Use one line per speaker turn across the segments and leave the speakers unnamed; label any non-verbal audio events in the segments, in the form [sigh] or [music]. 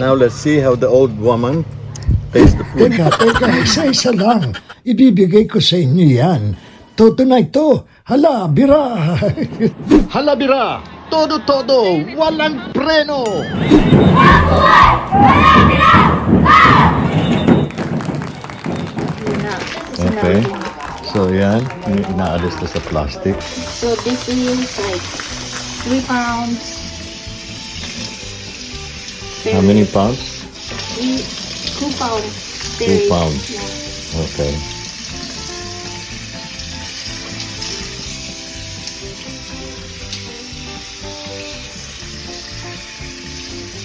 Now let's see how the old woman tastes the food.
Teka, teka, isa-isa lang. Ibibigay ko sa inyo yan. Toto na ito. Hala, bira.
Halabira, todo-todo, walang preno.
Okay. So yan, inaalis na sa plastic.
So this is like three pounds.
How many pounds?
Three, two pounds.
Two
berries.
pounds.
Yeah.
Okay.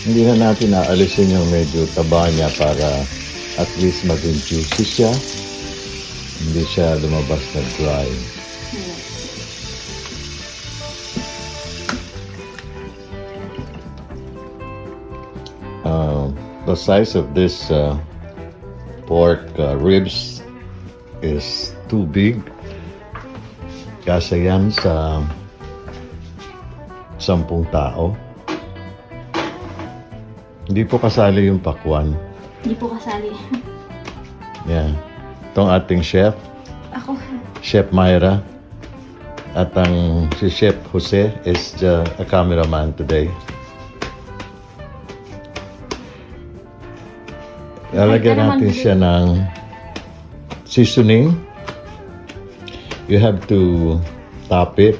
Hindi na natin aalisin yung medyo taba niya para at least maging juicy siya. Hindi siya lumabas na dry. Uh, the size of this uh, pork uh, ribs is too big. Kasi yan sa sampung tao. Hindi po kasali yung pakwan.
Hindi po [laughs] kasali.
Yan. Itong ating chef,
Ako.
Chef Myra. At ang si Chef Jose is the, a cameraman today. Lalagyan
naman
natin
din.
siya ng seasoning. You have to top it.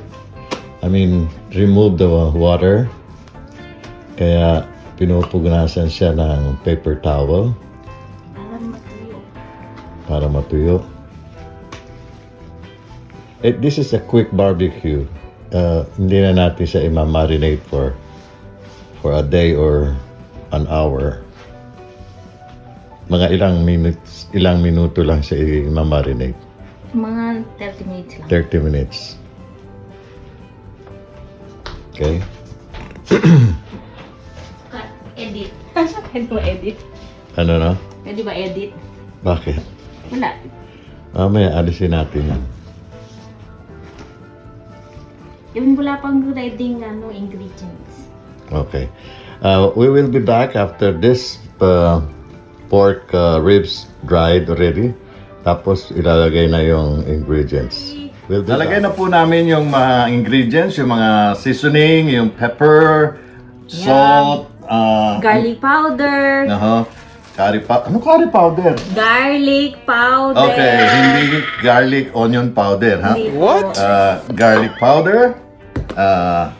I mean, remove the water. Kaya pinupugunasan siya ng paper towel
Alam matuyo.
para matuyo. Eh, this is a quick barbecue. Uh, hindi na natin siya imamarinate for for a day or an hour. Mga ilang minutes, ilang minuto lang siya imamarinate.
Mga 30 minutes lang.
30 minutes. Okay?
Cut. [laughs] Edit. Pwede ba edit?
Ano na?
Pwede ba edit?
Bakit?
Wala.
Mamaya alisin natin yan.
Yung wala pang reading ano, ingredients.
Okay. Uh, we will be back after this uh, pork uh, ribs dried already. Tapos ilalagay na yung ingredients. We'll be
Lalagay
back.
na po namin yung mga ingredients, yung mga seasoning, yung pepper, salt, uh,
Garlic powder.
uh curry powder. Ano curry powder?
Garlic powder.
Okay, hindi garlic onion powder, ha?
Hindi What? po.
Uh, garlic powder, uh,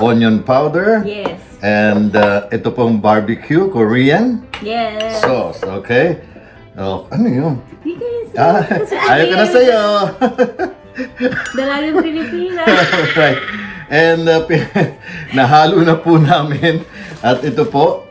onion powder,
Yes.
and uh, ito pong barbecue, Korean
Yes.
sauce, okay? Oh, ano yun?
Yes.
Ah,
[laughs]
ayaw ko na sa'yo! [laughs]
Dalagang Pilipinas.
Alright. And uh, [laughs] pi- nahalo na po namin. At ito po,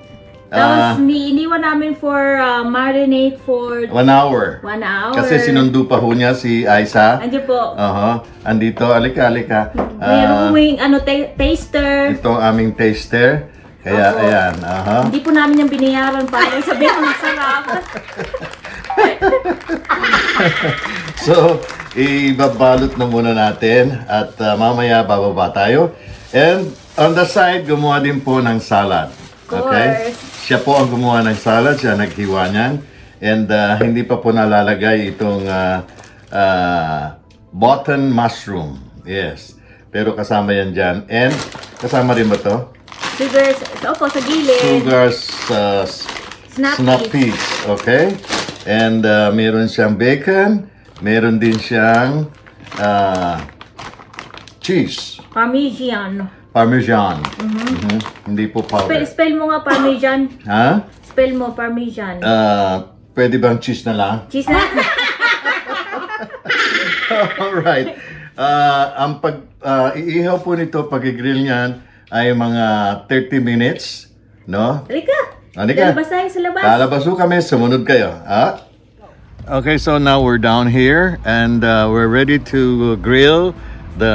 ah,
Tapos, ni iniwan namin for uh, marinate for
one hour.
one hour.
Kasi Ah. sinundo pa ho niya si Aiza.
Andiyan po.
Aha, andito, alika, alika. Ah.
Mayroong huwing, ano, ta- taster.
Ito ang aming taster. Kaya,
Opo.
ayan, aha.
Hindi po namin yung binayaran para
[laughs]
sabihin ang sarap.
[laughs] So, ibabalot na muna natin at uh, mamaya bababa tayo. And on the side, gumawa din po ng salad.
course.
Siya po ang gumawa ng salad, siya naghiwa niyan. And uh, hindi pa po nalalagay itong uh, uh, button mushroom. Yes. Pero kasama yan dyan. And kasama rin ba to?
Sugar, opo, sa gilid.
Sugar uh, s-
Snap,
snap
peas.
peas. Okay? And uh, meron siyang bacon, meron din siyang uh, cheese,
Parmesan.
parmesan.
Mm-hmm.
Mhm. Hindi po
Spell,
powder.
spell mo nga parmesan.
Ha?
Spell mo parmesan.
Uh, pwede bang cheese na lang? [laughs]
Cheese na.
Alright. Uh, ang pag uh, iihaw po nito pag i-grill niyan ay mga 30 minutes, no?
Halika.
Halika.
Lalabas tayo sa labas.
Lalabas po kami, sumunod kayo, ha? Okay, so now we're down here and uh, we're ready to grill the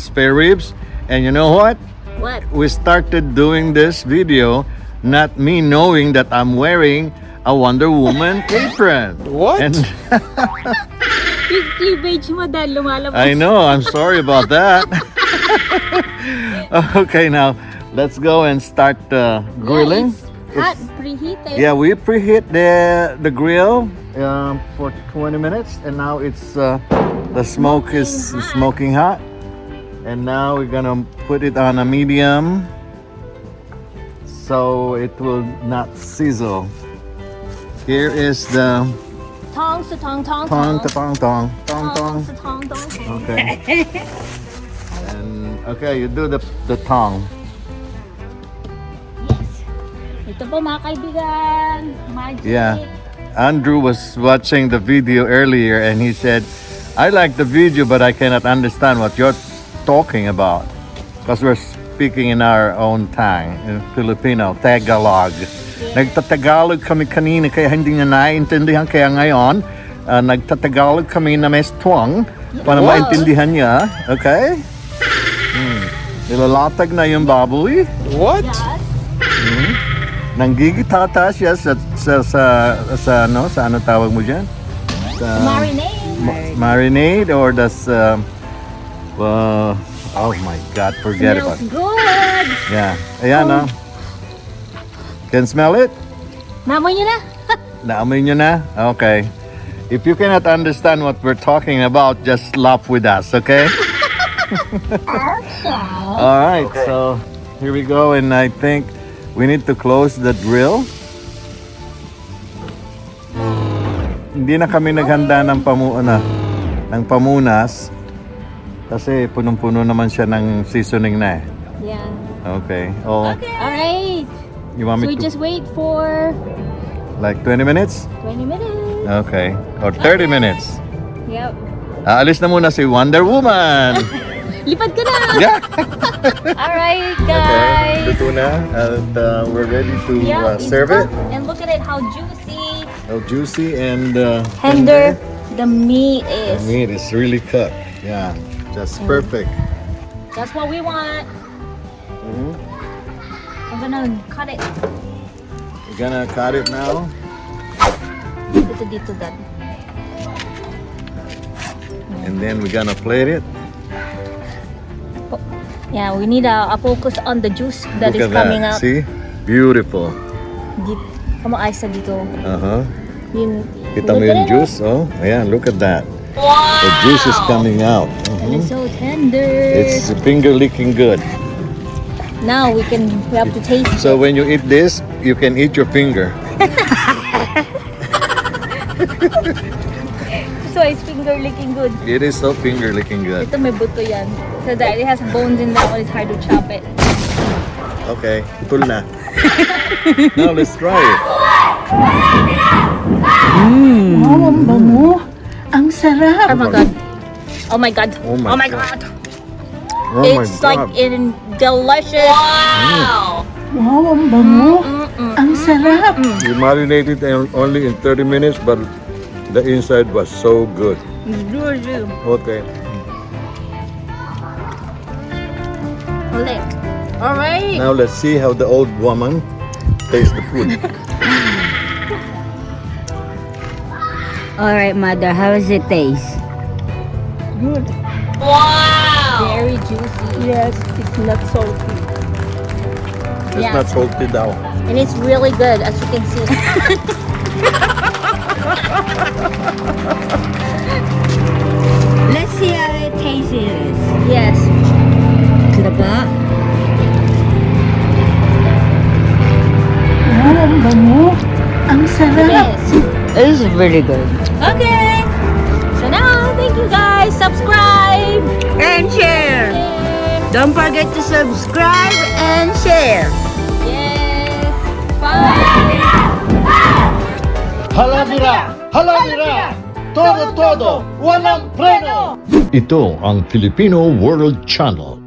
spare ribs. And you know what?
What?
We started doing this video not me knowing that I'm wearing a Wonder Woman
[laughs]
apron. What? And
Yung cleavage mo dahil lumalabas.
I know, I'm sorry about
[laughs]
that. [laughs] okay, now let's go and start uh, grilling.
Yes. hot, preheated.
Yeah, we preheat the the grill um, for 20 minutes, and now it's uh, the smoke is smoking hot. And now we're gonna put it on a medium, so it will not sizzle. Here is the
Tong sa tong tong
tong
tong.
tong tong tong
Tong
tong.
sa tong tong tong.
Okay. [laughs] and okay, you do the the tong.
Yes. Ito po mga kaibigan. Magic.
Yeah. Andrew was watching the video earlier and he said, I like the video, but I cannot understand what you're talking about. Because we're speaking in our own tongue, in Filipino, Tagalog. Nagtatagalog kami kanina kaya hindi niya naiintindihan. Kaya ngayon, ah, nagtatagalog kami na mes tuwang para
Wow.
maintindihan niya. Okay? Hmm. Nilalatag na yung baboy.
Yes.
Nanggigitata siya sa sa sa sa ano, sa ano tawag mo diyan?
Marinade.
Marinade or das um, uh, oh my god, forget about it.
Smells good.
Yeah. Ayan ah. Can smell it?
Namoy niyo na?
Naamoy nyo na? Okay. If you cannot understand what we're talking about, just laugh with us,
[laughs]
okay? [laughs] All right. So here we go, and I think we need to close the grill. Hindi na kami naghanda ng pamuna, ng pamunas kasi punong-puno naman siya ng seasoning na eh.
Yeah.
Okay. Oh,
All right.
you want
So
me
we
to
just wait for
like 20 minutes?
20 minutes.
Okay. Or 30 minutes.
Yep.
Aalis na muna si Wonder
[laughs]
Woman.
Lipad ka
[laughs]
na.
yeah.
All right, guys.
Luto na. At uh, we're ready to uh,
Yeah, it's
serve it.
cooked. And look at it, how juicy,
Oh, juicy and uh,
tender the meat is.
The meat is really cooked. Yeah. Just
Mm.
perfect.
That's what we want.
Mm-hmm.
I'm gonna cut it.
We're gonna cut it now.
Dito, dito, dad.
And then we're gonna plate it.
Yeah, we need a, a focus on the juice that
Look at
is coming
that.
up.
See? Beautiful.
Dito. Kamo ay sa dito.
Uh-huh.
Yun.
Kita mo
Look
yung
at it.
juice? Oh, ayan. Look at that.
Wow!
The juice is coming out.
And
Mhm.
it's so tender.
It's finger licking good.
Now we can, we have to taste it.
So when you eat this, you can eat your finger.
So it's finger licking good.
It is so finger licking good.
Ito may buto yan. So that it has bones in that one, it's hard to chop it.
Okay, tul
[laughs]
na. now let's try it.
Wow, ang bango. Ang sarap.
Oh my god. Oh my god.
Oh my
god.
Oh
it's like in delicious. Wow.
Wow, ang bango. Ang sarap.
You marinated it only in 30 minutes, but the inside was so good. Okay.
Lick. All right.
Now let's see how the old woman tastes the food.
All right, mother, how does it taste?
Wow. Very juicy.
Yes, it's not salty.
It's
Yeah.
not salty daw.
And it's really good, as you can see.
[laughs] Let's see how it tastes. It
yes.
is. Diba?
Wow, ang bango. Ang sarap.
Yes.
It is really good.
Okay. So now, thank you guys. Subscribe.
And share.
Yes.
Don't forget to subscribe and share.
Bye.
Ito ang Filipino World Channel.